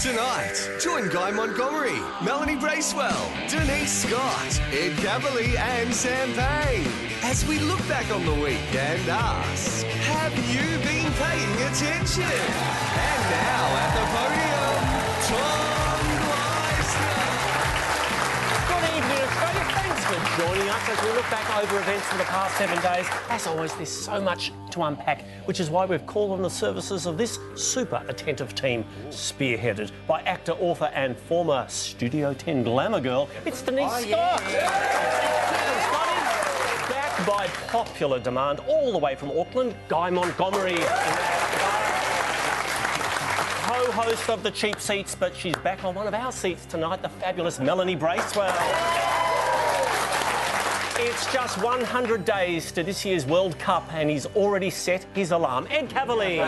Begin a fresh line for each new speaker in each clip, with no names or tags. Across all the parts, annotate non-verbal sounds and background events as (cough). Tonight, join Guy Montgomery, Melanie Bracewell, Denise Scott, Ed Cavali, and Sam Payne as we look back on the week and ask, have you been paying attention? And now at the podium, Tom Leisner.
Good evening, Australia. Thanks for joining us as we look back over events for the past seven days. As always, there's so much to unpack, which is why we've called on the services of this super attentive team, spearheaded by actor, author, and former Studio 10 glamour girl. It's Denise
Oh,
Scott. Scotty, Backed by popular demand, all the way from Auckland, Guy Montgomery. Co-host of the cheap seats, but she's back on one of our seats tonight, the fabulous Melanie Bracewell. It's just 100 days to this year's World Cup, and he's already set his alarm. Ed Cavalier.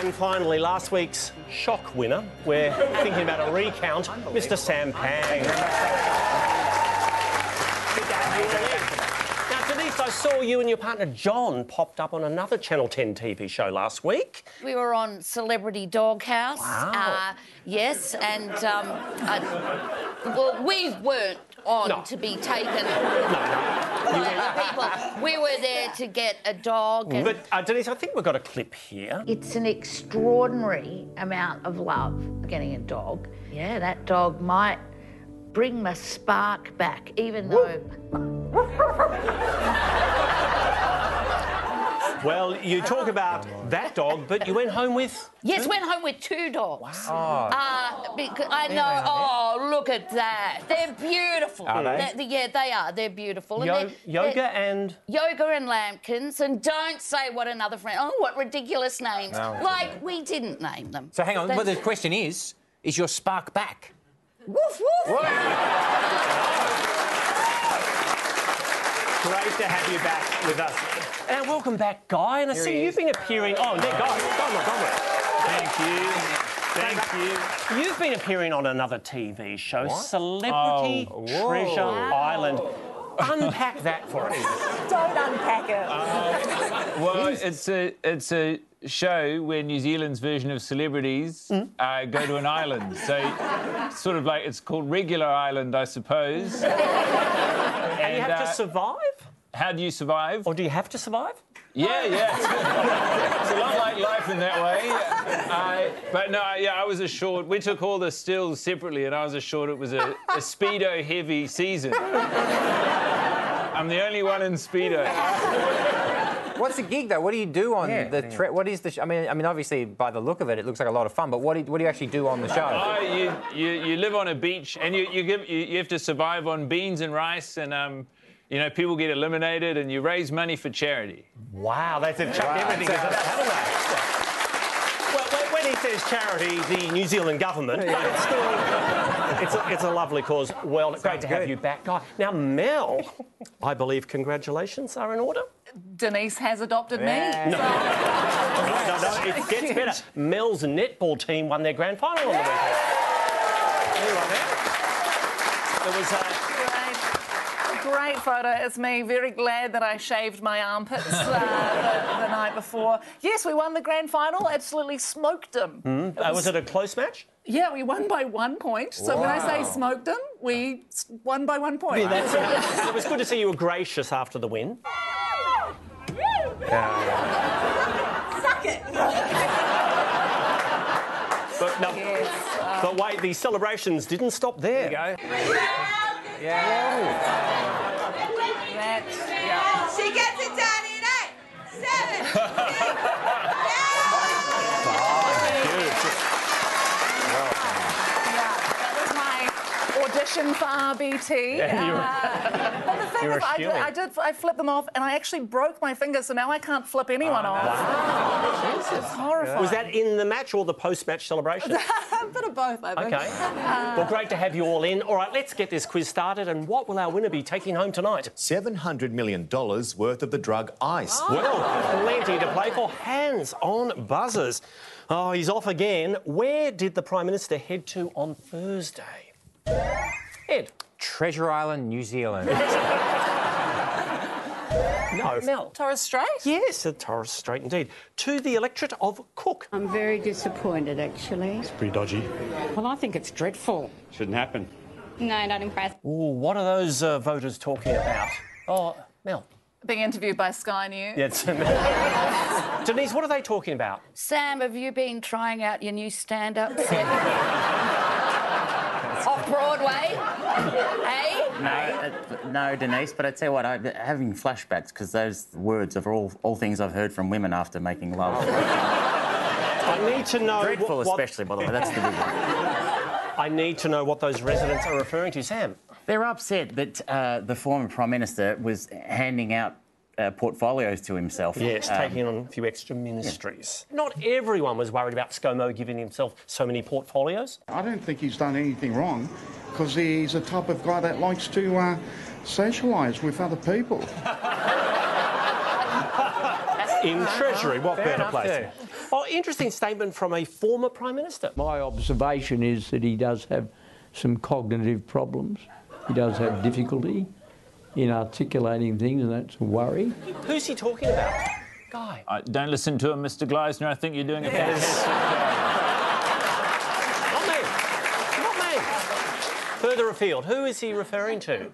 And finally, last week's shock winner. We're thinking about a recount, Mr. Sam Pang. Now, Denise, I saw you and your partner John popped up on another Channel 10 TV show last week.
We were on Celebrity Doghouse.
Wow.
Uh, yes, and um, I- well, we weren't on
No.
to be taken by other people. We were there to get a dog. And
But uh, Denise, I think we've got a clip here.
it's an extraordinary amount of love getting a dog. Yeah, that dog might bring my spark back, even though.
Well, you talk about that dog, but you went home with.
Yes, went home with two dogs.
Oh.
Uh, because I know. Oh, look at that! They're beautiful.
Are they?
They're- yeah, they are. They're beautiful. And
Yo-
they're-
yoga
they're-
and.
Yoga and lambkins, and don't say what another friend. Oh, what ridiculous names!
No.
like we didn't name them.
So hang on.
They-
Well, the question is, is your spark back?
Woof woof. (laughs)
Great to have you back with us. And uh, welcome back, Guy. And I see
he
you've
is.
been appearing. Oh, there, Guy. Guy Montgomery. Thank you. Thank you. You've been appearing on another TV show, Celebrity
Oh, whoa.
Treasure Island. Unpack that for us.
Don't unpack it.
Um, Well, it's a it's a show where New Zealand's version of celebrities
Hmm?
uh, go to an island. So, sort of like it's called Regular Island, I suppose. and
And you have
uh,
to survive?
how do you survive?
Or do you have to survive?
Yeah, yeah. (laughs) It's a lot like life in that way. Uh, but no, yeah, I was assured. We took all the stills separately, and I was assured it was a, a speedo heavy season. I'm the only one in speedo.
(laughs) What's the gig though? What do you do on the tre- What is the? Sh- I mean, I mean, obviously by the look of it, it looks like a lot of fun. But what do you, what do you actually do on the show?
Oh, you, you, you live on a beach and you, you, give, you, you have to survive on beans and rice and, um, you know, people get eliminated and you raise money for charity.
Wow, they said chucked everything into that, haven't they? Well, when- when he says charity, the New Zealand government, but it's still, it's a, it's a lovely cause. Well, great to have
good.
you back, Guy. Now, Mel, I believe congratulations are in order.
Denise has adopted me.
No,
(laughs)
no, no, it gets better. Mel's netball team won their grand final on the weekend. There you are, Mel. It was, uh,
Great, (laughs) great photo. It's me. Very glad that I shaved my armpits uh, the, the night before. Yes, we won the grand final. Absolutely smoked them.
uh, was it a close match?
Yeah, we won by one point. So when I say smoked them, we s- won by one
Oh,
point.
it was good to see you were gracious after the win. But, no, but wait, the celebrations didn't stop uh, there.
Go. Yeah.
That's-
She gets it done in eight, seven, six, five.
that was my (laughs) audition for RBT.
you were-
Uh, but the thing
you were
is, I did,
shilling.
I did, I flipped them off, and I actually broke my finger, so now I can't flip anyone
Ah,
off. (laughs) It's horrifying.
Was that in the match or the post-match celebration?
a bit of both? I think. (laughs)
Okay.
Uh,
Well, great to have you all in. All right, let's get this quiz started. And what will our winner be taking home tonight?
$700 million worth of the drug ice.
Oh. Well, plenty to play for. Hands on buzzers. Oh, he's off again. Where did the Prime Minister head to on Thursday? Ed.
Treasure Island, New Zealand.
(laughs) No.
Mel. Torres Strait?
Yes, a Torres Strait indeed. To the electorate of Cook.
I'm very disappointed, actually.
Pretty dodgy.
Well, I think it's dreadful.
Shouldn't happen.
No, not impressed.
Ooh, what are those uh, voters talking about? Oh, Mel.
Being interviewed by Sky News.
Yeah, it's (laughs) Mel. Denise, what are they talking about?
Sam, have you been trying out your new stand
(laughs)
up set? Off Broadway? hey?
No, uh, no, Denise. But I tell you what, I'm having flashbacks because those words are all all things I've heard from women after making love.
I need to know.
Dreadful,
what, what-
especially by the way. That's the big one.
I need to know what those residents are referring to, Sam.
They're upset that uh, the former prime minister was handing out uh, portfolios to himself.
Yes,
Um,
taking on a few extra ministries. Not everyone was worried about ScoMo giving himself so many portfolios.
I don't think he's done anything wrong because he's the type of guy that likes to uh, socialise with other people. (laughs)
In Treasury, what better place?
Oh, interesting statement from a former Prime Minister.
My observation is that he does have some cognitive problems. He does have difficulty in articulating things, and that's a worry.
Who's he talking about? Guy.
Uh, don't listen to him, Mr. Gleisner. I think you're doing a
Not me. Not me. Further afield, who is he referring to?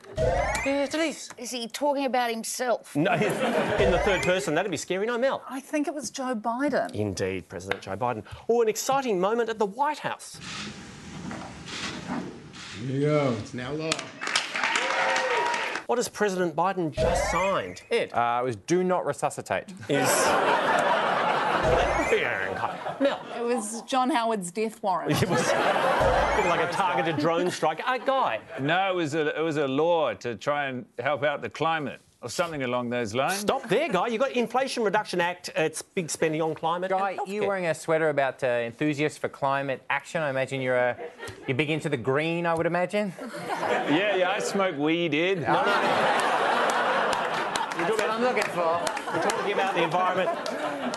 Yeah, Denise.
Is he talking about himself?
No, in the third person, that'd be scary. No, Mel.
I think it was Joe Biden.
Indeed, President Joe Biden. Oh, an exciting moment at the White House.
Here you go. It's now law.
What has President Biden just signed? Ed.
Uh, it was do not resuscitate.
is. (laughs) Mel.
It was John Howard's death warrant.
(laughs) It was like a targeted drone strike. A guy.
No, it was a it was a law to try and help out the climate or something along those lines.
Stop there, guy. You got Inflation Reduction Act. uh, It's big spending on climate. and
Guy, you
healthcare.
wearing a sweater about uh, enthusiasts for climate action. I imagine you're a, you're big into the green. I would imagine.
Yeah, yeah, I smoke weed, Ed.
That's what I'm looking for.
We're talking about the environment.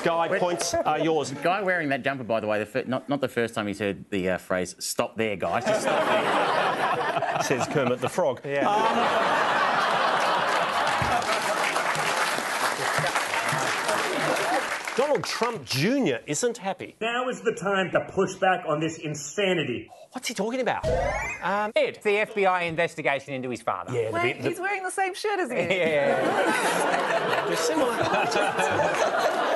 Guy, points are yours.
Guy wearing that jumper, by the way, the fir- not, not the first time he's heard the uh, phrase "stop there,
(laughs)
guys." Just stop there.
Says Kermit the Frog. Ah. Yeah. Donald Trump Jr. isn't happy.
Now is the time to push back on this insanity.
What's he talking about? Um, Ed.
It's the FBI investigation into his father.
Yeah, the,
Wait,
bit- the,
he's wearing the same shirt as me.
Yeah.
they're similar. (laughs)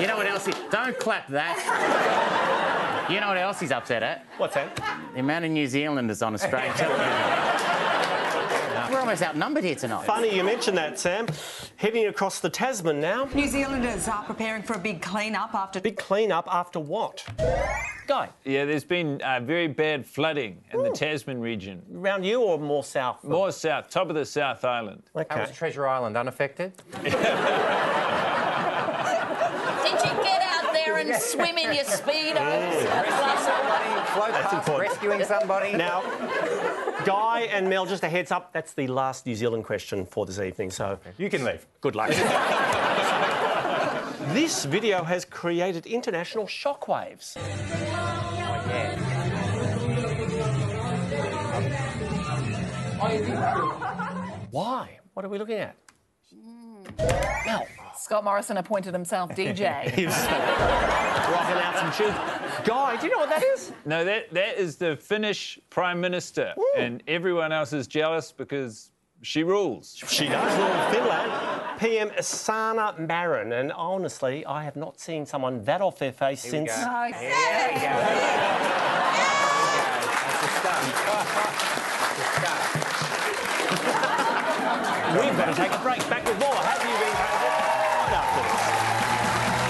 You know what else? He- Don't clap that. you know what else he's upset at?
What's that?
The amount of New Zealanders on
(laughs)
Australian television. We're almost outnumbered here tonight.
Funny you mentioned that, Sam. Heading across the Tasman now.
New Zealanders are preparing for a big clean-up after
Big clean-up after what? Guy,
Yeah, there's been uh, very bad flooding in the Tasman region,
around you or more south?
more south, top of the South Island.
How
Okay.
was Treasure
(laughs)
Island unaffected?
Did you get out there and swim in your Speedos?
Oh, Float past
important.
rescuing somebody.
Now, Guy and Mel, just a heads up, that's the last New Zealand question for this evening, so
You can leave.
(laughs)
good luck. this video has created international shockwaves. Why? What are we looking at? Mel.
Scott Morrison appointed himself
(laughs)
DJ.
He's rocking out some tunes. Guy, do you know what that is?
No, that that is the Finnish Prime Minister, and everyone else is jealous because she rules.
She does live in Finland. PM Asana Marin, and honestly, I have not seen someone that off their face
we
since.
go.
Oh,
That's a stunt.
We've got to take a break. Back with more. Have you been COVID? Right after this.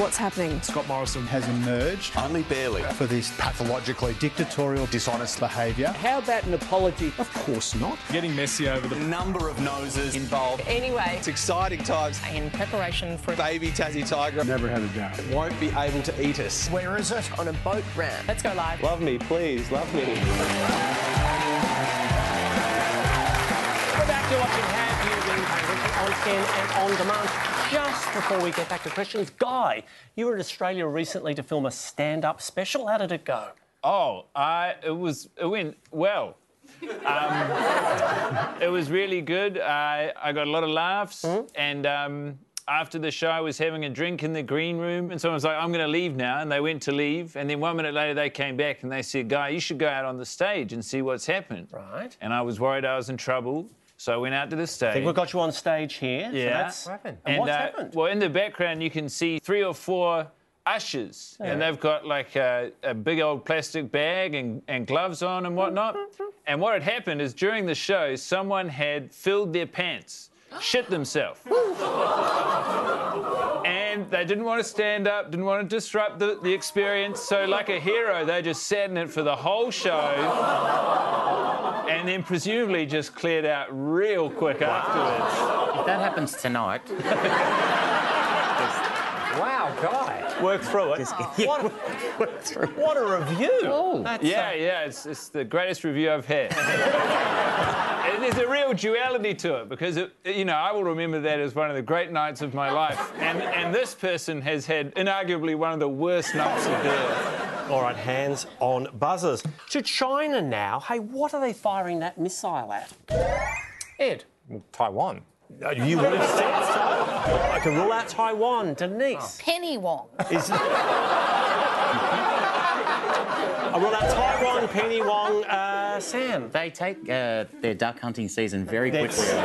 What's happening?
Scott Morrison has emerged
Only barely.
for this pathologically dictatorial, dishonest behaviour.
How about an apology?
Of course not.
Getting messy over the.
Number of noses involved.
Anyway,
It's exciting times.
in preparation for
Baby Tassie Tiger
Never had a go.
won't be able to eat us.
where is it? On a boat ramp. Let's go (laughs) live.
Love me, please, love me.
We're back to watching Have You Been COVID on Skin and on demand. Just before we get back to questions, Guy, you were in Australia recently to film a stand-up special. How did it go?
Oh, I, it was it went well. Um, it was really good. I, I got a lot of laughs,
Hmm?
and um, after the show, I was having a drink in the green room, and someone was like, "I'm going to leave now," and they went to leave, and then one minute later, they came back and they said, "Guy, you should go out on the stage and see what's happened." Right. And I was worried I was in trouble, so I went out to the stage.
I think we've got you on stage here. so
Yeah.
that's- And, what's
uh,
happened?
Well, in the background, you can see three or four ushers, and
Yeah.
they've got like a, a big old plastic bag and, and gloves on and whatnot. and what had happened is during the show, someone had filled their
(gasps)
pants, shit themselves. And they didn't want to stand up, didn't want to disrupt the, the experience. So, like a hero, they just sat in it for the whole show and then presumably just cleared out real quick afterwards.
If that happens tonight.
wow, guy.
Work through it. what, a, what a review. That's, uh,
yeah, yeah, it's, it's the greatest review I've had. And There's a real duality to it because, it, you know, I will remember that as one of the great nights of my life. And, and this person has had inarguably one of the worst nights of their
All right, hands on buzzers. To China now. Hey, what are they firing that missile at? Ed.
Taiwan.
Uh,
you would have said so. I can rule out Taiwan. Denise.
Penny Wong.
Is... (laughs) I rule out Uh, Taiwan, Penny Wong, uh, Sam.
They take uh, their duck hunting season very
That's-
quickly.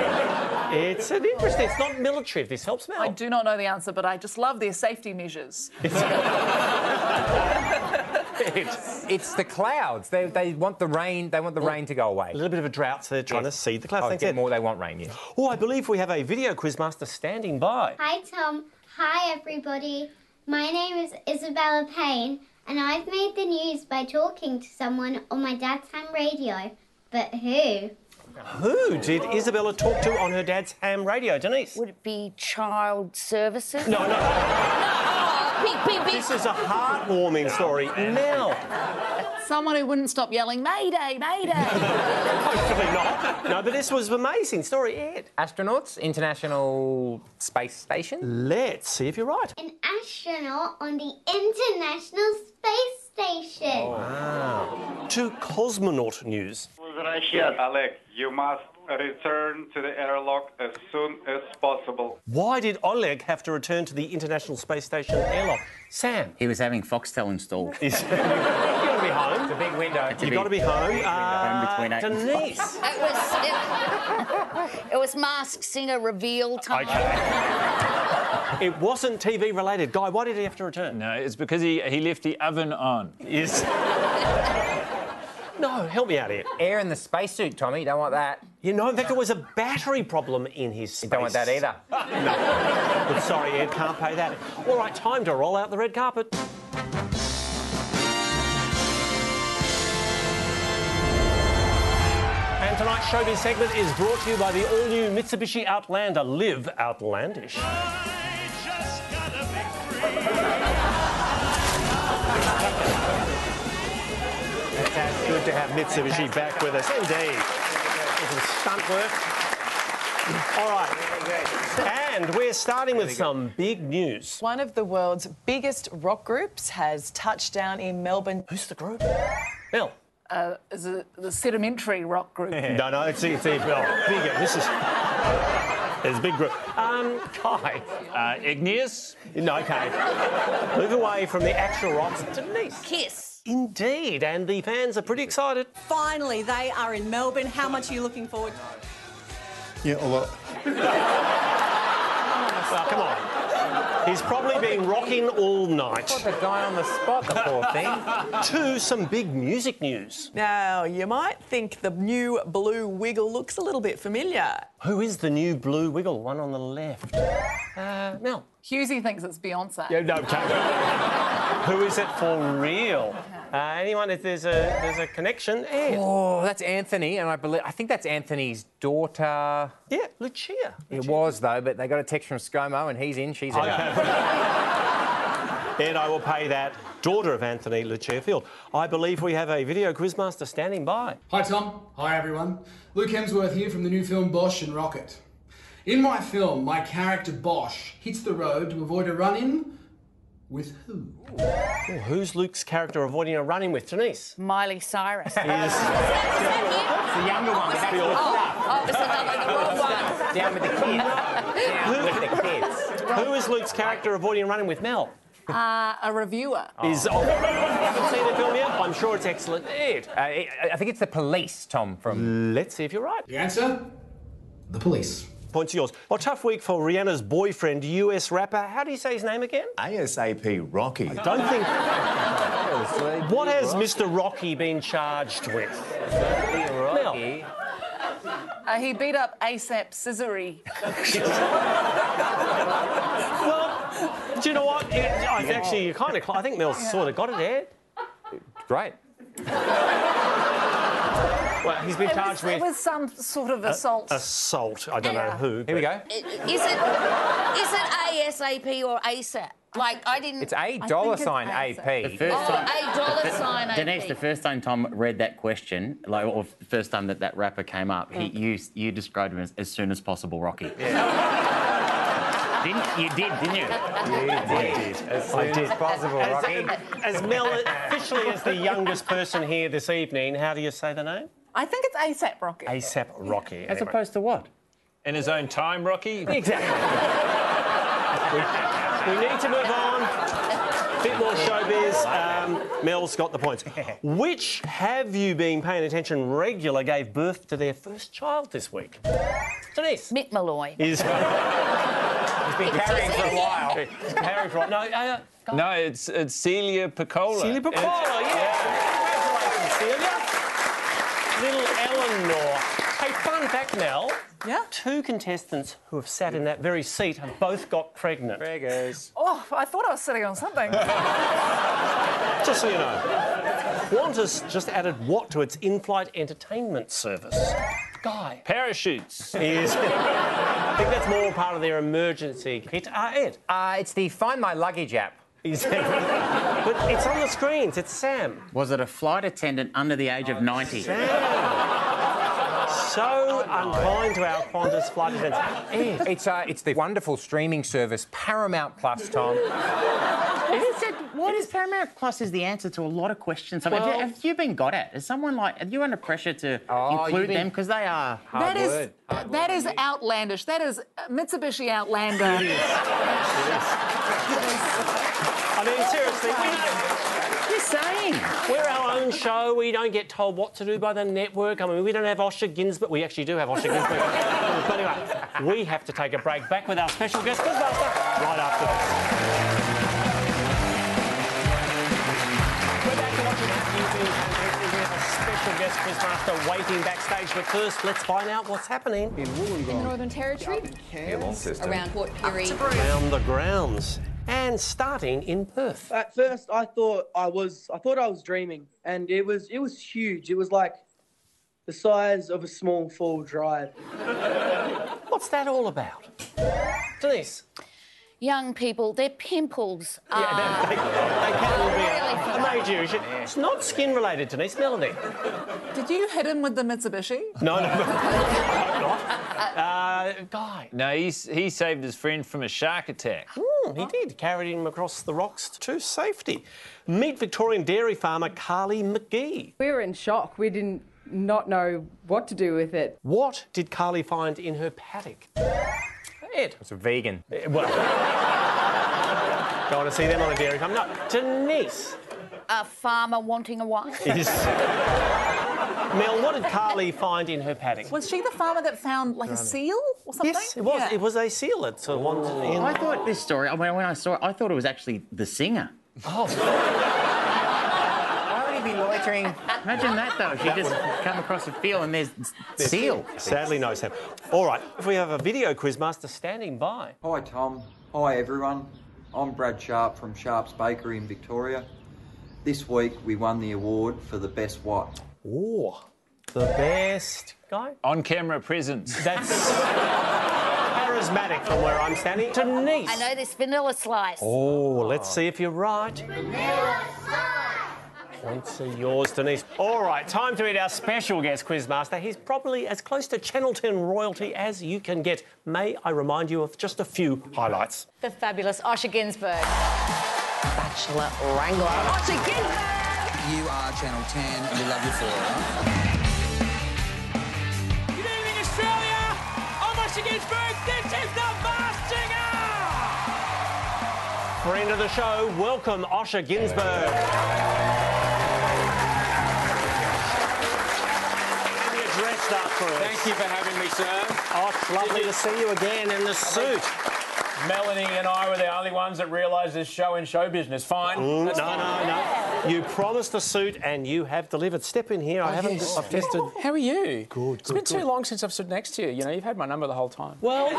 It's an interesting, it's not military if this helps me out.
I do not know the answer, but I just love their safety measures.
it's the clouds. They, they want the rain. They want the rain to go away. A
little bit of a drought, so they're trying to seed the clouds.
Oh,
Thanks,
get
Ed.
more. They want rain. Yeah.
Oh, I believe we have a video quizmaster standing by.
Hi, Tom. Hi, everybody. My name is Isabella Payne, and I've made the news by talking to someone on my dad's ham radio. But who?
Who did Isabella talk to on her dad's ham radio, Denise?
Would it be child services?
No,
Beep,
oh,
beep, beep.
This is a heartwarming story. Now,
Someone who wouldn't stop yelling, Mayday, Mayday.
(laughs) hopefully not. No, but this was an amazing story, Ed.
Astronauts, International Space Station.
Let's see if you're right.
An astronaut on the International Space Station.
Wow. Ah. To cosmonaut news.
Alex, you must return to the airlock as soon as possible.
Why did Oleg have to return to the International Space Station airlock? Sam.
He was having Foxtel
(laughs)
installed.
You've got to be home. It's
a big window.
You've
got to be home. Uh,
between eight and
Denise.
It was, it, it was Mask Singer reveal time.
It wasn't TV related. Guy, why did he have to return?
No, it's because he, he left the oven on.
Yes. no, help me (laughs) out here.
Air in the spacesuit, Tommy. Don't want that.
You know, in fact, there was a battery problem in his space.
Don't want that either.
But sorry, Ed, can't pay that. All right, time to roll out the red carpet. And tonight's showbiz segment is brought to you by the all-new Mitsubishi Outlander. Live outlandish. Fantastic. Good to have Mitsubishi back with us. Indeed. Some stunt work. All right. And we're starting with some big
(laughs)
news.
One of the world's biggest rock groups has touched down in Melbourne.
Who's the group? Mel.
uh, is it the sedimentary rock group.
No, no, it's it's it's oh, bigger. This is it's a big group. Um, Kai.
Uh, igneous?
No, okay. Move away from the actual rocks. Denise.
Kiss.
Indeed, and the fans are pretty excited.
Finally, they are in Melbourne. How much are you looking forward to?
Yeah, a lot.
Oh, come on. He's probably been rocking all night. Put
the guy on the spot, the poor
thing. (laughs) to some big music news.
(laughs) Now, you might think the new blue wiggle looks a little bit familiar.
Who is the new Blue Wiggle? One on the left. Uh, Mel.
Husey thinks it's Beyonce.
Yeah, no, can't. (laughs) Who is it for real? Uh, anyone? If there's a there's a connection. Ed.
Oh, that's Anthony, and I believe I think that's Anthony's daughter.
Yeah, Lucia.
It was though, but they got a text from ScoMo, and he's in, she's out. (laughs)
Ed, I will pay that. Daughter of Anthony Lucia Field. I believe we have a video quizmaster standing by.
Hi, Tom. Hi, everyone. Luke Hemsworth here from the new film Bosch and Rocket. In my film, my character Bosch hits the road to avoid a run in with who?
Well, who's Luke's character avoiding a run in
(laughs)
with? Denise.
Miley Cyrus.
It's
the younger one.
That's the old
Oh, it's another the wrong one.
Down (laughs) with the kids. Down with the kids.
Who is Luke's character avoiding a run in with Mel?
Uh, a reviewer.
Is oh, haven't seen the film yet? I'm sure it's excellent. Ed.
uh, I think it's the police, Tom. From
let's see if you're right.
The answer? The police.
Points are yours. A tough week for Rihanna's boyfriend, US rapper. How do you say his name again?
ASAP Rocky. I
Don't think. (laughs) what has Mr. Rocky been charged with? Rocky.
Uh, he beat up ASAP Scissory.
Do you know what? It, it's actually, you kind of. I think Mel sort of got it there.
Great.
Well, he's been
it
charged
was, it
with Uh,
was some sort of
a-
assault.
assault. I don't know
Yeah.
who. Here we go.
Is it is it ASAP or ASAP? Like I didn't.
It's
I
a
think
dollar
it's
sign
ASAP.
AP.
The first
Oh,
time-
a dollar sign AP.
Denise, the first time Tom read that question, like, or the first time that that rapper came up, he, you you described him as as soon as possible, Rocky. didn't you did, didn't you?
I did.
As
I
soon
did.
as possible,
As-
Rocky.
As Mel, officially as the youngest person here this evening, how do you say the name?
I think it's ASAP Rocket.
ASAP Rocky.
As
opposed to what?
In his own time, Rocky?
Exactly. we need to move on. bit more showbiz. Um, Mel's got the points. Which have you been paying attention regular gave birth to their first child this week? Denise.
Mick Malloy.
Is. (laughs)
He's been carrying for a while.
Harry Fry. No, uh,
No, it's, it's Celia Piccola.
Celia Piccola,
It's-
yeah. Congratulations, Celia. Little Eleanor. Hey, fun fact, Mel. Yeah. Two contestants who have sat in that very seat have both got pregnant. There goes.
Oh, I thought I was sitting on something.
(laughs) Just so you know. Qantas just added what to its in-flight entertainment service? Guy.
Parachutes.
Is. I (laughs) think that's more part of their emergency kit. Uh, Ed.
Uh, it's the Find My Luggage app.
Is (laughs) but it's on the screens. It's Sam. Oh,
Was it a flight attendant under the age of 90?
So unkind to our Qantas flight attendants. Ed.
It's uh, it's the wonderful streaming service Paramount Plus, Tom.
It is a- what is Paramount Plus is the answer to a lot of questions. I mean, have,
Well-
you, have you been got at? Is someone like, are you under pressure to
Oh,
you've
include
been-
them? Because they are.
That is that is outlandish. That is Mitsubishi Outlander.
I mean, seriously, we don't.
You're saying.
We're our own show. We don't get told what to do by the network. I mean, we don't have Osher Ginsburg. We actually do have Osher Ginsburg. but anyway, we have to take a break. Back with our special guest, Quizmaster, right after this. We're back to watching Have You Been Contacted? We have a special guest, Quizmaster, waiting backstage. But first, let's find out what's happening in
in the Northern Territory. Around Port Pirie.
Around the grounds. And starting in Perth.
At first, I thought I was I thought I was dreaming, and it was it was huge. It was like the size of a small four-wheel drive.
What's that all about? Denise.
Young people, their pimples are.
They can all be
Really?
a, a major issue. It's not skin related, Denise. Melanie.
Did you hit him with the Mitsubishi?
No, no. Uh, guy.
No, he's, he saved his friend from a shark attack.
Hmm, he did. Carried him across the rocks to safety. Meet Victorian dairy farmer Carly McGee.
We were in shock. We didn't not know what to do with it.
What did Carly find in her paddock? Ed.
It's a vegan.
Eh, Well, don't want to see them on a dairy farm. No, Denise.
A farmer wanting a wife.
Is... Mel, what did Carly find in her paddock?
Was she the farmer that found like a seal or something?
Yes, it was.
Yeah.
It was a seal. It's a one in.
I thought this story, I mean, when I saw it, I thought it was actually the singer.
Oh.
Why would he be loitering?
Imagine that, though. She just come across a field and there's seal.
Sadly, no, Sam. All right, if we have a video quiz master standing by.
Hi, Tom. Hi, everyone. I'm Brad Sharp from Sharp's Bakery in Victoria. This week we won the award for the best what?
Ooh, the best guy.
On camera presence.
That's (laughs) charismatic from where I'm standing. Denise.
I know this vanilla slice.
Oh, let's see if you're right. Points are yours, Denise. All right, time to meet our special guest quizmaster. He's probably as close to Channel 10 royalty as you can get. May I remind you of just a few highlights?
The fabulous Osher Ginsburg. Bachelor Wrangler. Archie Ginsburg! You are Channel 10, and we love you for it.
Good evening, Australia. I'm Osher Ginsberg. This is the Masked Singer.
Friend of the show, welcome Osher Ginsburg. dressed up for us.
Thank you for having me, sir.
Oh, it's lovely to see you again in the suit.
Melanie and I were the only ones that realised this show in show business. Fine.
Mm,
That's
no,
fine.
no, no. You promised a suit and you have delivered. Step in here. I
Oh,
haven't
yes.
I've tested.
How are you?
Good.
It's been too long since I've stood next to you. You know, you've had my number the whole time.
Well,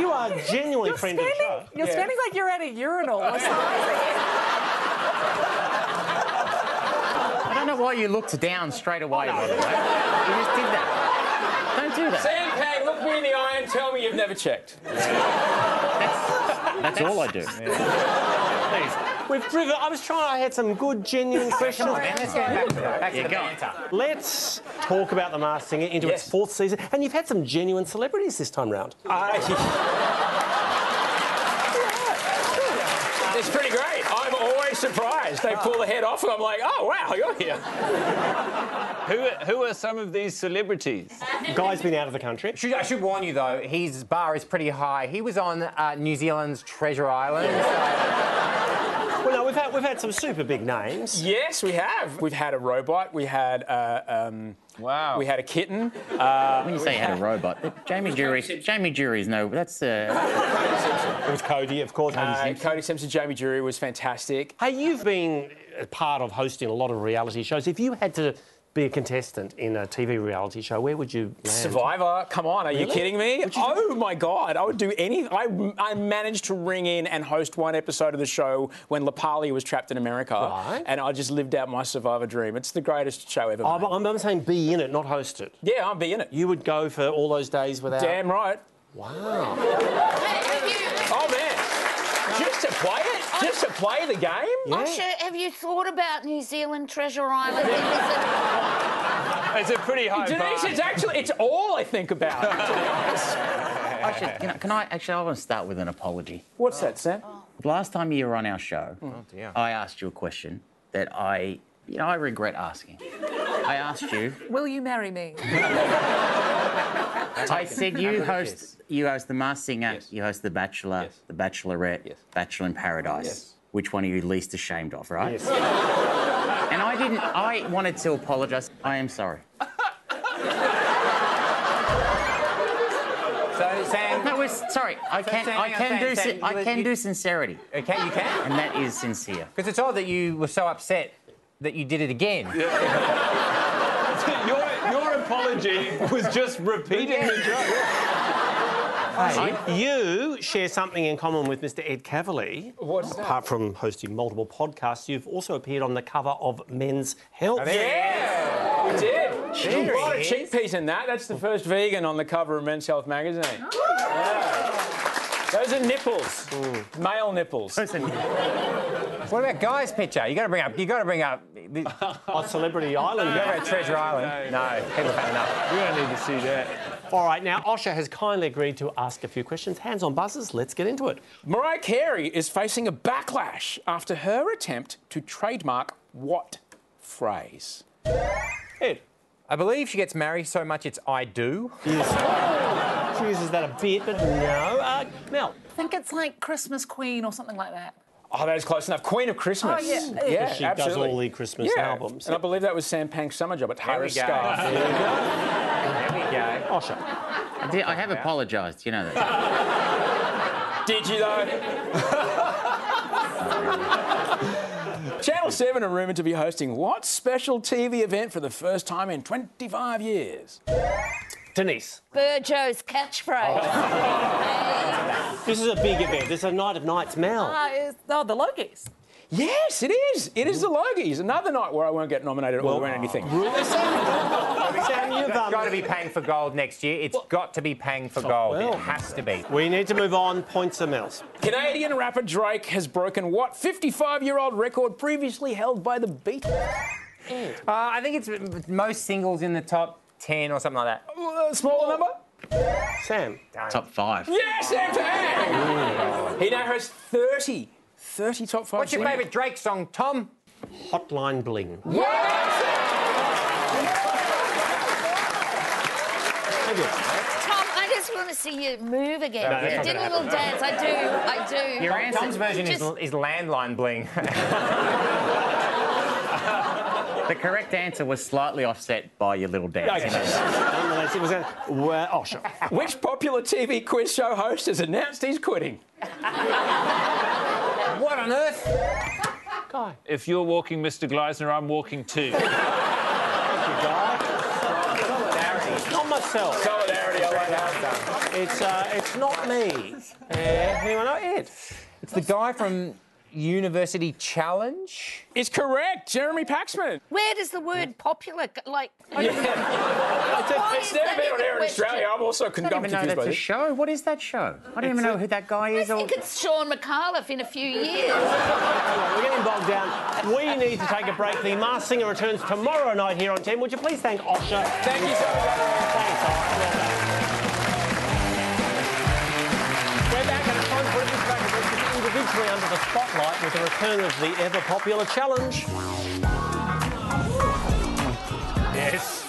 you are genuinely friend of the show.
You're standing like you're at a
(laughs)
urinal or something.
I don't know why you looked down straight away. by the way. You just did that. Don't do that.
Sam Pag, look me in the eye and tell me you've never checked.
That's all I do. Please. We've driven. I was trying. I had some good, genuine questions.
on, man, let's get back to that. Back to
Yeah,
the
go
banter.
on. Let's talk about the Masked Singer into its
Yes.
fourth season, and you've had some genuine celebrities this time round. (laughs)
It's pretty great. I'm always surprised. They pull the head off and I'm like, oh, wow, you're here.
Who are, who are some of these celebrities?
Guy's been out of the country.
Should, I should warn you though, his bar is pretty high. He was on uh, New Zealand's Treasure Island.
Uh,
well, no, we've had we've had some super big names.
Yes, we have. We've had a robot. We had a. Um, wow. We had a kitten. Uh,
When you say you had a robot, but (laughs) Jamie Jury, Jamie Jury's no, that's uh,
It was Cody, of course.
Cody
Uh, Cody Simpson, Jamie Jury was fantastic.
Hey, you've been a part of hosting a lot of reality shows. If you had to be a contestant in a TV reality show, where would you land?
Survivor, come on, are you
Really?
kidding me? oh my God, I would do any. I, I managed to ring in and host one episode of the show when Lapali was trapped in America, and I just lived out my Survivor dream. It's the greatest show ever.
Oh,
made.
but I'm, I'm saying be in it, not host it.
Yeah, I'd be in it.
You would go for all those days without.
Damn right.
Wow.
Oh man, just to play it, just to play the game.
Osher, have you thought about New Zealand Treasure Island?
It's a pretty
high
Denise,
bar.
it's actually it's all I think about.
(laughs)
to be honest.
I should, can, I, can I actually? I want to start with an apology.
What's that, Sam?
Last time you were on our show,
dear.
I asked you a question that I, you know, I regret asking. I asked you.
Will you marry me?
I said
Happy
you
with
host you host the Masked Singer, you host the Bachelor, the Bachelorette, Bachelor in Paradise. Which one are you least ashamed of, right? Yes. and I didn't. I wanted to apologise. I am
(laughs)
sorry.
So Sam.
No, we're s- sorry. I
So,
can.
Sam,
I
hang
can
on, Sam,
do.
Sam,
sin- I
you-
can
you-
do sincerity.
Okay, you can.
And that is sincere.
Because it's odd that you were so upset that you did it again.
(laughs) your, your apology was just repeating the joke.
You share something in common with Mr. Ed Cavalier.
What's that?
Apart from hosting multiple podcasts, you've also appeared on the cover of Men's Health.
Yeah, we did.
There
a lot
he
of chickpeas in that. That's the first vegan on the cover of Men's Health magazine. Yeah. Those are nipples, male nipples.
What about Guy's picture? You got to bring up. You got to bring up. the-
(laughs) On Celebrity Island.
You got to Treasure Island. No, people have had enough.
We don't need to see that.
All right, now Osha has kindly agreed to ask a few questions. Hands on buzzers, let's get into it.
Mariah Carey is facing a backlash after her attempt to trademark what phrase? Ed.
I believe she gets married so much it's I do.
She uses that a bit, but no. Uh, Mel.
I think it's like Christmas Queen or something like that.
Oh, that is close enough. Queen of Christmas.
Oh, yeah.
yeah,
Because
she does
absolutely.
all the Christmas
yeah.
albums.
And I believe that was Sam Pank's summer job at Harris
go.
Scarf.
Yeah.
Osha.
I, did, I have apologised. You know that.
Did you though? (laughs) Channel 7 are rumoured to be hosting what special TV event for the first time in 25 years?
Denise.
(laughs)
Burjo's catchphrase.
This is a big event. This is a night of nights, Mel.
Oh, it's, oh the Logies.
Yes, it is. It is the Logies. Another night where I won't get nominated or win anything. (laughs)
Sam, you've
It's
um,
got to be paying for gold next year. It's got to be paying for gold.
well.
It has to be.
We need to move on. Points are Mel's.
Canadian rapper Drake has broken what 55 year old record previously held by the Beatles?
Uh, I think it's most singles in the top ten or something like that.
Uh, Smaller number?
Sam.
Top five.
Yes, Sam Pang! He now has 30. 30 top five.
What's your favourite Drake song, Tom?
Hotline Bling. Thank you.
Tom, I just want to see you move again.
No, that's not
Did a
gonna
little
happen.
dance. I do. I do.
Your answer. Tom's version
Just-
is, is landline
(laughs)
bling. (laughs)
The correct answer was slightly offset by your little dance.
Okay.
Nonetheless, it was a. Well, oh, sure.
Which popular TV quiz show host has announced he's quitting?
what on earth?
Guy.
If you're walking, Mr. Gleisner, I'm walking (laughs) too.
It's not myself.
Solidarity, I like that.
It's uh, it's not me. Uh, anyone know Ed?
It's the guy from University Challenge.
It's correct, Jeremy Paxman.
Where does the word popular go?
(laughs)
like?
It's-
is
it's never
that
been on
even
air in
a question?
Australia. I'm also con-
I don't
I'm
even know
confused
that's
by
a
this.
show. What is that show? I don't even know who that guy
I
is. Or...
think it's Sean McAuliffe in a few years.
We're getting bogged down. We need to take a break. The Masked Singer returns tomorrow night here on 10. Would you please thank Osha?
Thank you so much.
Thanks, Osha. Well done. We're back and it's time for a big crack at this, individually under the spotlight with the return of the ever popular challenge. Yes.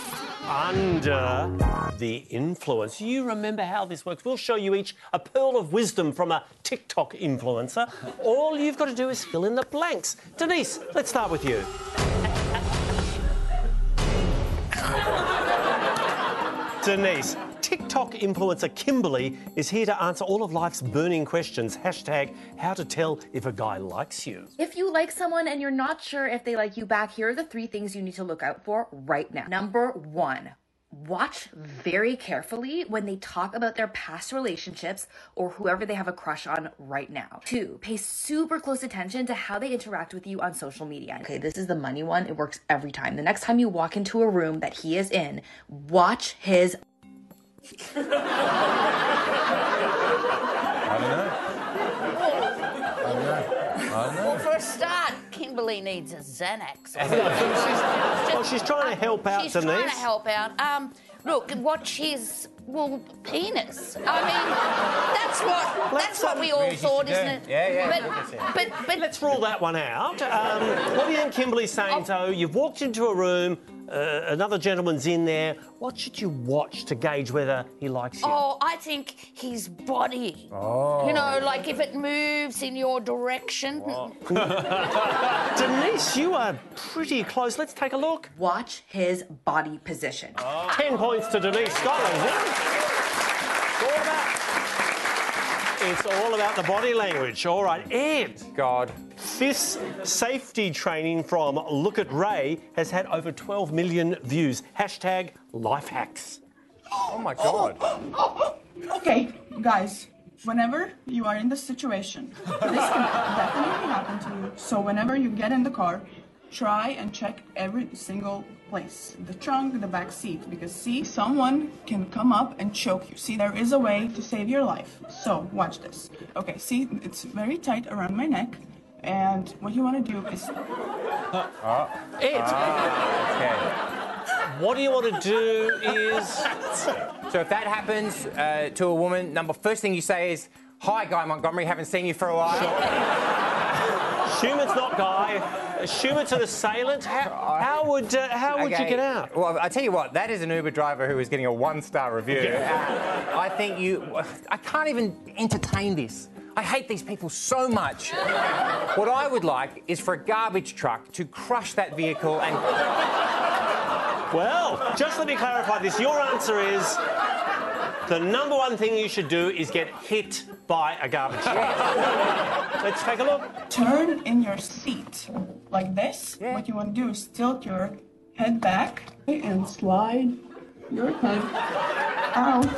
Under the influence. You remember how this works. We'll show you each a pearl of wisdom from a TikTok influencer. All you've got to do is fill in the blanks. Denise, let's start with you. Denise, TikTok influencer Kimberly is here to answer all of life's burning questions. Hashtag how to tell if a guy likes you.
If you like someone and you're not sure if they like you back, here are the three things you need to look out for right now. Number one, watch very carefully when they talk about their past relationships or whoever they have a crush on right now. Two, pay super close attention to how they interact with you on social media. Okay, this is the money one. It works every time. The next time you walk into a room that he is in, watch his
I don't know. I
Uh,
don't know. I don't
Well,
know.
for a start,
Kimberly needs a
(laughs)
Xanax.
Well, she's trying to help out
She's
Denise.
trying to help out. Um, look, watch his well penis. I mean, that's what that's what we all
Really, she
thought,
should
isn't it?
do. Yeah, yeah,
But but, but
Let's rule that one out. Um, what do you think Kimberly's saying,
Oh.
though? You've walked into a room, uh, another gentleman's in there. What should you watch to gauge whether he likes you?
oh, I think his body. You know,
Oh.
like if it moves in your direction.
(laughs) Denise, you are pretty close. Let's take a look. Oh.
Watch his body position.
Ten points to Denise Scotland. It's all about the body language. All right, Ed.
God.
This safety training from Look at Ray has had over 12 million views. Hashtag life hacks.
Oh my God.
(laughs) Okay, guys, whenever you are in this situation, this can definitely happen to you. So whenever you get in the car, try and check every single place the trunk, the back seat because see, someone can come up and choke you. See, there is a way to save your life. So watch this. Okay, see, it's very tight around my neck. And what you want to do is
Ed.
uh, Okay.
What do you want to do is.
So if that happens uh, to a woman, number first thing you say is, "Hi, Guy Montgomery. Haven't seen you for a while."
Schuman's not Guy. Schumann to the assailant. How, how would uh, how would you
Okay.
get out?
Well, I tell you what, that is an Uber driver who is getting a one-star review. Uh, I think you. I can't even entertain this. I hate these people so much. what I would like is for a garbage truck to crush that vehicle and.
Well, just let me clarify this. Your answer is the number one thing you should do is get hit by a garbage (laughs)
(laughs)
truck. Let's take a look.
turn in your seat like this. What you want to do is tilt your head back and slide your head out, and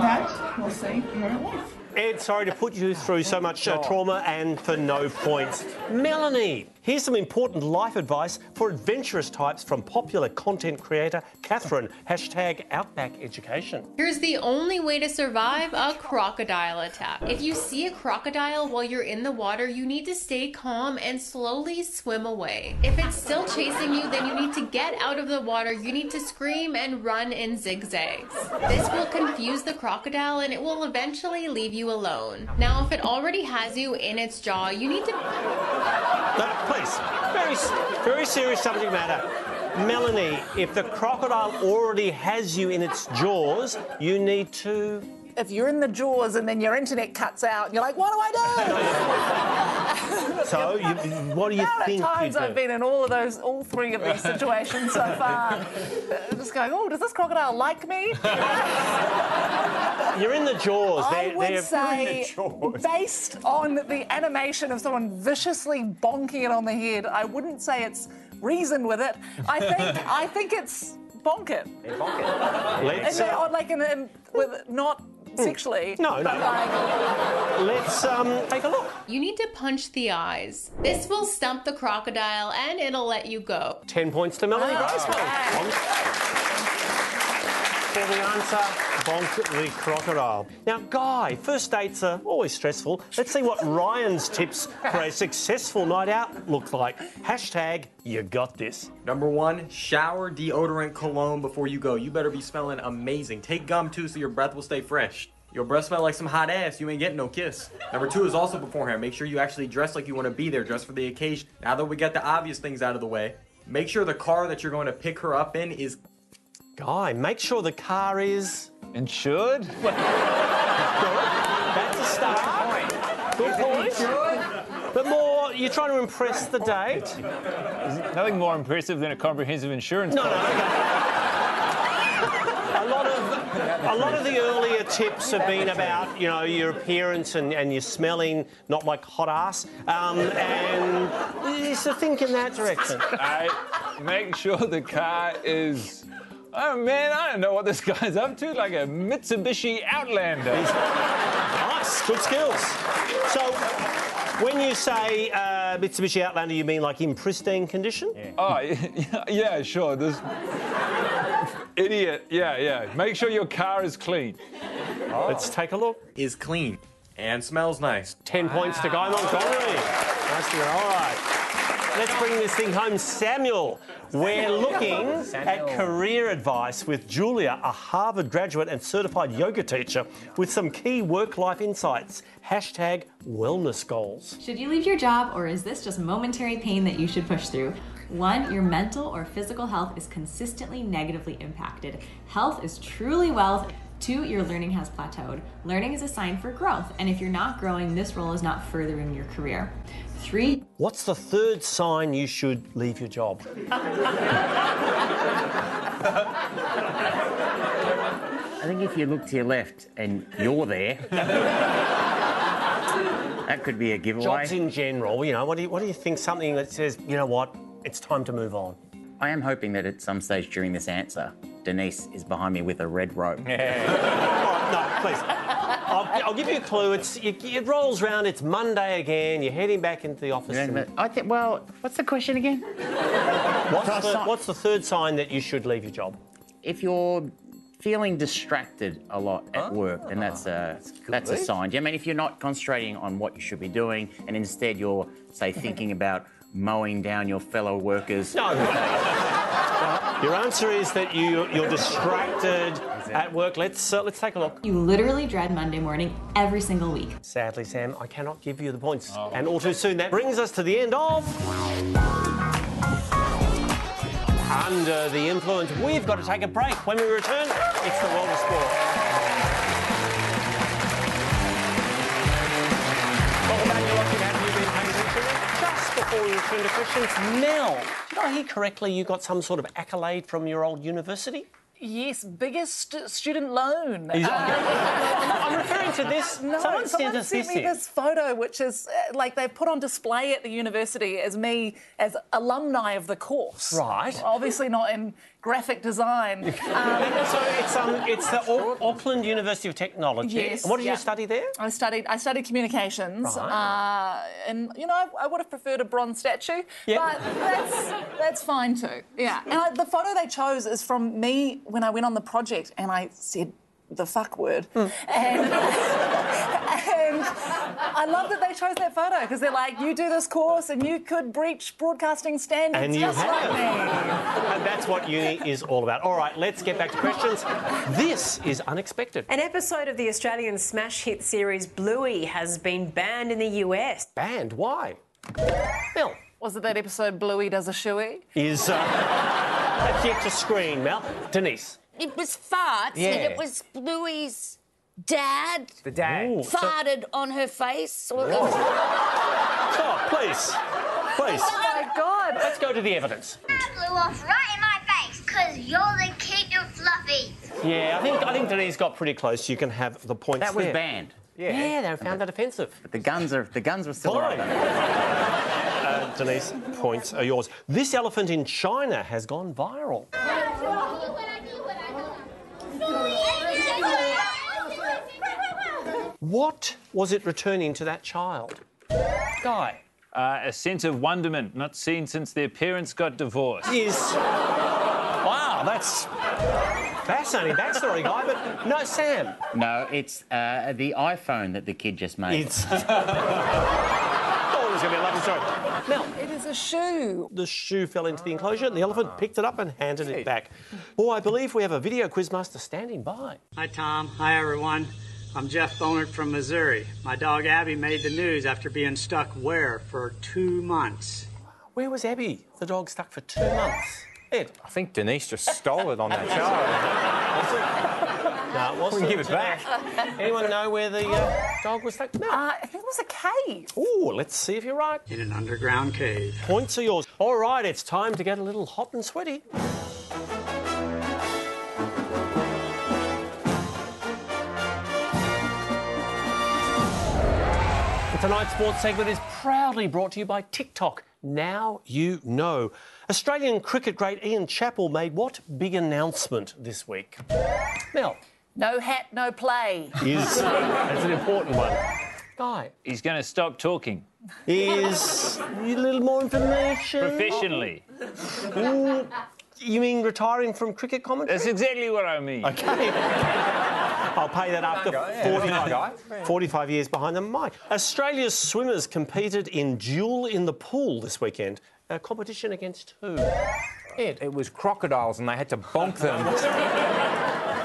that will save your life.
Ed, sorry to put you through so much uh, trauma and for no points. Melanie, Here's some important life advice for adventurous types from popular content creator Catherine. Hashtag Outback Education.
Here's the only way to survive a crocodile attack. If you see a crocodile while you're in the water, you need to stay calm and slowly swim away. If it's still chasing you, then you need to get out of the water. You need to scream and run in zigzags. This will confuse the crocodile and it will eventually leave you alone. Now, if it already has you in its jaw, you need to.
No, Uh, please, very, very serious subject matter. Melanie, if the crocodile already has you in its jaws, you need to.
If you're in the jaws and then your internet cuts out, and you're like, what do
(laughs)
I do?
So, you, what do you
Now the
think?
times
you do?
I've been in all of those, all three of these situations so far, just going, oh, does this crocodile like me?
(laughs) You're in the jaws.
I
They're-
would
they're-
say, based on the animation of someone viciously bonking it on the head, I wouldn't say it's reasoned with it. I
(laughs)
think I think it's bonk it.
bonk
it. Let's,
And,
uh,
or like in, in with not sexually.
No,
but
no.
Like,
Let's um, take a look.
You need to punch the eyes. This will stump the crocodile and it'll let you go.
10 points to Melanie
Oh,
Grossman. For the answer, bonk the crocodile. Now, Guy, first dates are always stressful. Let's see what Ryan's tips for a successful night out look like. Hashtag, you got this.
Number one, shower, deodorant, cologne before you go. You better be smelling amazing. Take gum too so your breath will stay fresh. Your breath smell like some hot ass, you ain't getting no kiss. Number two is also beforehand. Make sure you actually dress like you want to be there, dress for the occasion. Now that we got the obvious things out of the way, make sure the car that you're going to pick her up in is
Guy, make sure the car is.
Insured?
That's a starting point. Good point. But more, you're trying to impress the date.
Nothing more impressive than a comprehensive insurance policy.
A lot of a lot of the earlier tips have been about you know your appearance and, and your smelling not like hot ass, um, and it's a think in that direction.
I make sure the car is. Oh man, I don't know what this guy's up to. Like a Mitsubishi Outlander.
nice, good skills. So when you say uh, Mitsubishi Outlander, you mean like in pristine condition?
Oh yeah, yeah, sure. This idiot. Yeah, yeah. Make sure your car is clean.
Let's take a look.
Oh. is clean and smells nice. Ah.
Ten points to Guy Montgomery. Nicely done. All right. Let's bring this thing home, Samuel. We're
Samuel.
looking
Samuel.
at career advice with Julia, a Harvard graduate and certified yoga teacher, with some key work life insights. Hashtag wellness goals.
Should you leave your job or is this just momentary pain that you should push through? One, your mental or physical health is consistently negatively impacted. Health is truly wealth. Two, your learning has plateaued. Learning is a sign for growth, and if you're not growing, this role is not furthering your career. Three,
What's the third sign you should leave your job?
(laughs)
I think if you look to your left and you're there, that could be a giveaway.
Jobs in general, you know, what do you, what do you think? Something that says, you know what, it's time to move on.
I am hoping that at some stage during this answer, Denise is behind me with a red rope.
No, please. I'll, I'll give you a clue. It's it, it rolls round. It's Monday again. You're heading back into the office. and-
I think. Well, what's the question again?
What's the, what's the third sign that you should
(laughs)
leave your job?
If you're feeling distracted a lot at work, and that's a that's a
good.
sign. I mean, if you're not concentrating on what you should be doing, and instead you're say thinking about mowing down your fellow workers.
No. Your answer is that you you're distracted at work. Let's uh, let's take a look.
You literally dread Monday morning every single week.
Sadly, Sam, I cannot give you the points. And all too soon, that brings us to the end of. Under the influence, we've got to take a break. When we return, it's the world of sport. Welcome back. You're lucky to have you been paying attention. Just before we return to questions, Mel, did I hear correctly? You got some sort of accolade from your old university?
yes, biggest stu- student loan.
Is-
I'm
referring to this.
(laughs) No,
Someone sent
someone,
us
sent
this
me
here.
this photo, which is uh, like they put on display at the university as me as alumni of the course.
Right.
Obviously not in graphic design.
(laughs)
Um,
so it's, um, it's the Au- Auckland University of Technology.
Yes.
And what did
yeah.
you study there?
I studied. I studied communications,
Right.
uh, and you know, I, I would have preferred a bronze statue,
Yeah.
but that's that's fine too. Yeah. And I, the photo they chose is from me when I went on the project, and I said the fuck word,
Hmm.
and. (laughs) And I love that they chose that photo because they're like, you do this course and you could breach broadcasting standards
And you
just
have.
like me.
and that's what uni is all about. All right, let's get back to questions. This is unexpected.
An episode of the Australian smash hit series Bluey has been banned in the US.
Banned? Why?
Bill. Was it that episode Bluey does a shoey?
Is uh, that's yet to screen, Mel. Denise.
It was farts, and
Yeah. Oh,
it was Bluey's dad
The dad.
farted on her face. Or
Stop, Oh, please. Please.
Oh my God.
Let's go to the evidence.
flew off right in my face because you're the king of fluffies.
Yeah, I think I think Denise got pretty close. You can have the points.
That was
there.
banned.
Yeah, they found that offensive.
But the guns are the guns were still
Fine.
open.
(laughs) Uh, Denise, points are yours. This elephant in China has gone viral. What was it returning to that child? Guy.
Uh, a sense of wonderment not seen since their parents got divorced.
Is. Wow, that's fascinating backstory, Guy. But no, Sam.
No, it's uh, the iPhone that the kid just made. (laughs)
It's. Oh, there's gonna be a lovely story. Mel.
It is a shoe.
The shoe fell into the enclosure, and the
Oh.
elephant picked it up and handed it back. Oh, I believe we have a video quizmaster standing by.
Hi, Tom. Hi, everyone. I'm Jeff Bonert from Missouri. My dog Abby made the news after being stuck where for
(laughs)
two months.
Where was Abby? The dog stuck for two months. Ed.
I think Denise just stole it on
(laughs)
that child.
no, it wasn't.
We can give it back.
Anyone know where the uh, dog was stuck? No.
Uh, I think it was a cave.
Ooh, let's see if you're right.
In an underground cave.
Points are yours. All right, it's time to get a little hot and sweaty. Tonight's sports segment is proudly brought to you by TikTok. Now you know. Australian cricket great Ian Chappell made what big announcement this week? Mel.
No hat, no play.
Is. That's an important one. Guy.
He's going to stop talking.
Is a little more information.
Professionally.
Ooh, you mean retiring from cricket commentary?
That's exactly what I mean.
Okay. I'll pay that after
Good guy, yeah. Good
40, (laughs) 45 years behind the mic. Australia's swimmers competed in duel in the pool this weekend. A competition against who? Ed.
It was crocodiles and they had to bonk them.
(laughs)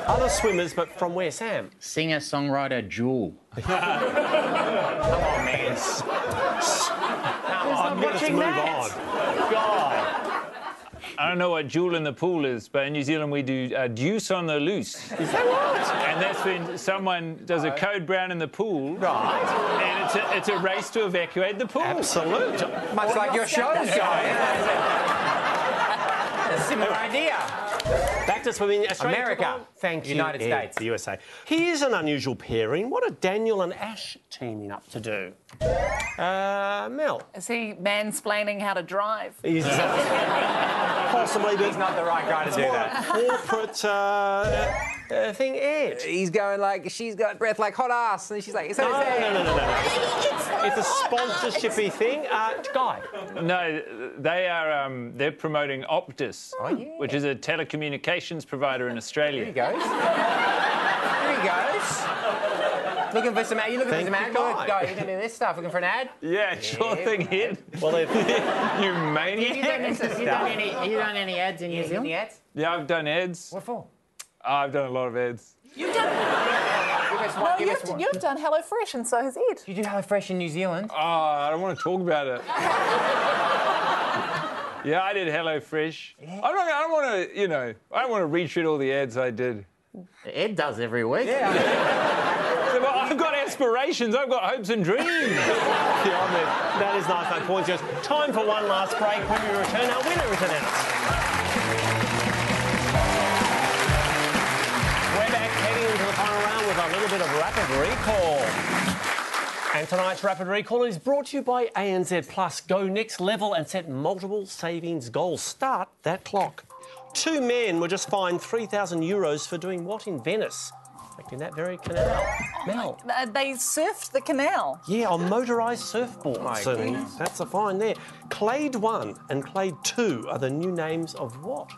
Other swimmers, but from where, Sam?
Singer songwriter Jewel.
I'm going to move on. God.
I don't know what jewel in the pool is, but in New Zealand we do uh, deuce on the loose.
Is that right?
And that's when someone does a code brown in the pool. Right. And it's a, it's a race to evacuate the pool.
Absolute.
Much like your show's going. (laughs)
Similar idea. Back to swimming. Australia took
America.
on- Thank you.
United
Ed,
States.
The USA. Here's an unusual pairing. What are Daniel and Ash teaming up to do? Uh, Mel.
Is he mansplaining how to drive? Uh,
Is possibly
He's not the right guy to do that.
corporate uh, uh, thing, Ed.
He's going like, she's got breath like hot ass. And she's like,
No, no, no, no, no, no. It's a sponsorshipy thing. Uh, guy.
No, they are um, they're promoting Optus, which is a telecommunications provider in Australia.
There he goes. There he goes. Looking for some ad. You looking
Thank
for some ad?
you,
Go,
guy.
go. You can do this stuff. Looking for an ad?
Yeah, sure
Yeah.
thing, Ed.
Well,
(laughs)
they've...
you maniac.
You done, you done any? You done any ads in New Zealand?
Yeah, I've done ads. What for? I've done a lot of ads.
no, you've, you've done HelloFresh, and so has Ed.
You do HelloFresh in New Zealand?
Oh,
Ah,
I don't want to talk about it. yeah, I did HelloFresh. I don't. I don't want to. You know, I don't want to retreat all the ads I did.
Ed does every week.
(laughs)
So, well, I've got aspirations. I've got hopes and dreams.
Yeah, I'm there. that is nice. No points. Yes. Time for one last break. When we return, our winner is announced. We're back heading into the final round with a little bit of rapid recall. And tonight's rapid recall is brought to you by ANZ Plus. Go next level and set multiple savings goals. Start that clock. Two men were just fined 3,000 euros for doing what in Venice? Like in that very canal. Mel.
Uh, They surfed the canal.
Yeah, on motorised surfboards.
My
so
goodness.
That's a fine there. Clade 1 and Clade 2 are the new names of what?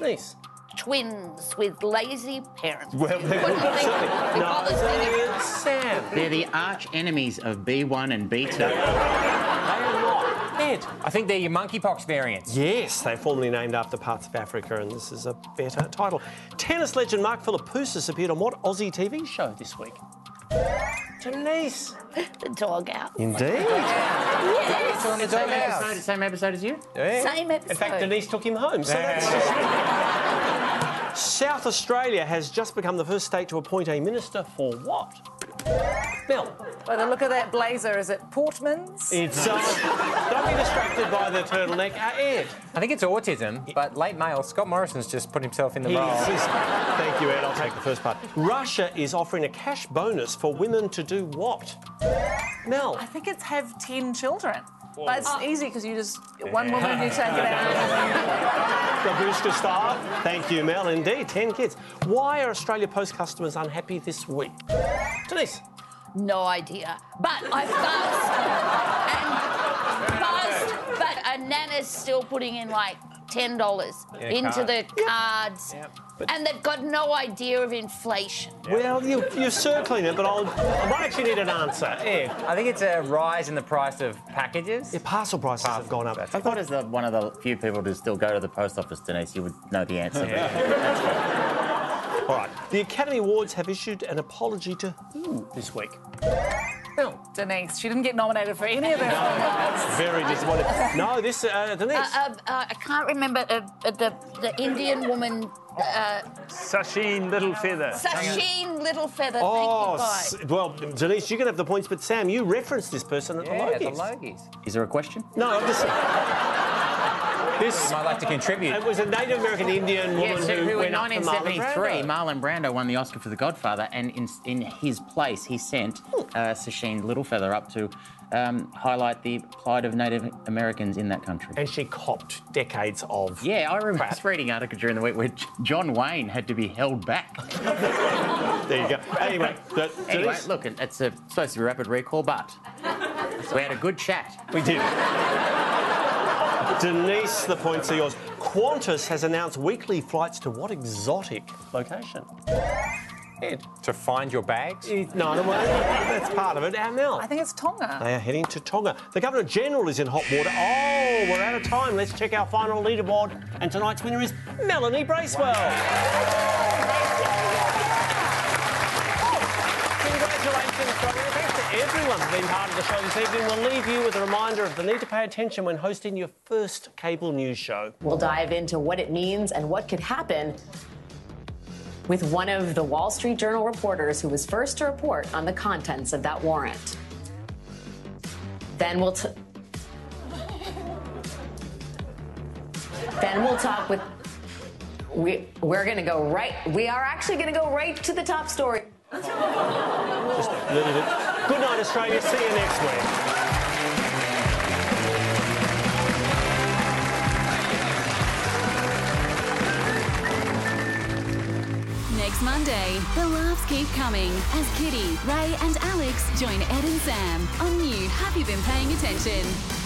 Nice.
Twins with lazy parents.
Well,
Couldn't think of the father's name.
They're the arch enemies of B1 and B2.
I think they're your monkeypox variants. Yes, they're formerly named after parts of Africa, and this is a better title. Tennis legend Mark Philippoussis appeared on what Aussie TV show this week? Denise.
The dog out.
Indeed.
Yes.
Same episode, same episode as you?
Same
In fact,
episode.
Denise took him home. So
Eh? Yeah.
that's- South Australia has just become the first state to appoint a minister for what? Bill.
By the look of that blazer, is it Portman's?
It's uh, don't be distracted by the turtleneck. Uh, Ed.
I think it's autism, but late male Scott Morrison's just put himself in the
He's
role.
just- Thank you, Ed. I'll take the first part. Russia is offering a cash bonus for women to do what? Mel.
I think it's have 10 children. But it's
Oh.
easy because you just, one woman, you take it out.
The booster star. Thank you, Mel. Indeed, 10 kids. Why are Australia Post customers unhappy this week? Denise.
No idea. But I buzzed and buzzed, but a nana's still putting in like ten dollars
Yeah,
into
card.
the cards.
But-
And they've got no idea of inflation.
Well, you, you're circling it, but I'll, I might actually need an answer. Eh. Ed.
I think it's a rise in the price of packages. Yeah,
parcel prices have gone up.
I thought as the, one of the few people to still go to the post office, Denise, you would know the answer.
All right. The Academy Awards have issued an apology to who this week?
Denise, she didn't get nominated for any of those.
Very disappointed. No, this, uh,
Uh,
Denise.
uh, uh, I can't remember uh, uh, the the Indian woman, uh,
Sashin Littlefeather.
Sashin Littlefeather.
Oh,
thank you,
s- well, Denise, you're going to have the points, but Sam, you referenced this person at
Yeah,
the
the
Logies.
Logies.
Is there a question?
No, I'm just. This
might like to contribute.
It was a Native American Indian woman
Yes,
who,
who, in
went up to Marlon
1973,
Brando.
Marlon Brando won the Oscar for The Godfather, and in, in his place, he sent uh, Sashin Littlefeather up to um, highlight the plight of Native Americans in that country.
And she copped decades of.
Yeah, I remember just reading an article during the week where J- John Wayne had to be held back.
(laughs) there you go. Anyway, that-
anyway,
Denise?
look, it- it's a, supposed to be rapid recall, but we had a good chat.
We did. Denise, the points are yours. Qantas has announced weekly flights to what exotic location? Ed.
To find your bags?
No, no, well, that's part of it. And now.
I think it's Tonga.
They are heading to Tonga. The Governor General is in hot water. Oh, we're out of time. Let's check our final leaderboard. And tonight's winner is Melanie Bracewell. Congratulations, Gloria. Thanks to everyone for being part of the show this evening. We'll leave you with a reminder of the need to pay attention when hosting your first cable news show.
We'll dive into what it means and what could happen with one of the Wall Street Journal reporters who was first to report on the contents of that warrant. Then we'll. T- then we'll talk with. We, we're going to go right. We are actually going to go right to the top story.
Just a little bit. Good night, Australia. See you next week.
Next Monday, the laughs keep coming as Kitty, Ray, and Alex join Ed and Sam on new Have You Been Paying Attention?